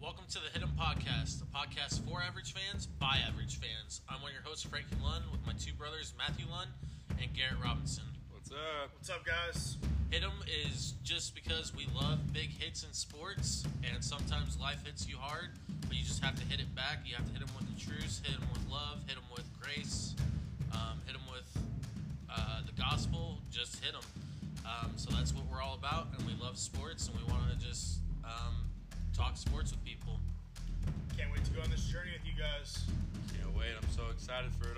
Welcome to the Hit 'em Podcast, a podcast for average fans by average fans. I'm one of your hosts, Frankie Lund, with my two brothers, Matthew Lund and Garrett Robinson. What's up? What's up, guys? Hit 'em is just because we love big hits in sports, and sometimes life hits you hard, but you just have to hit it back. You have to hit 'em with the truth, hit 'em with love, hit 'em with grace, um, hit 'em with uh, the gospel. Just hit 'em. Um, so that's what we're all about, and we love sports, and we want to just um, talk sports with people. Can't wait to go on this journey with you guys. Can't wait. I'm so excited for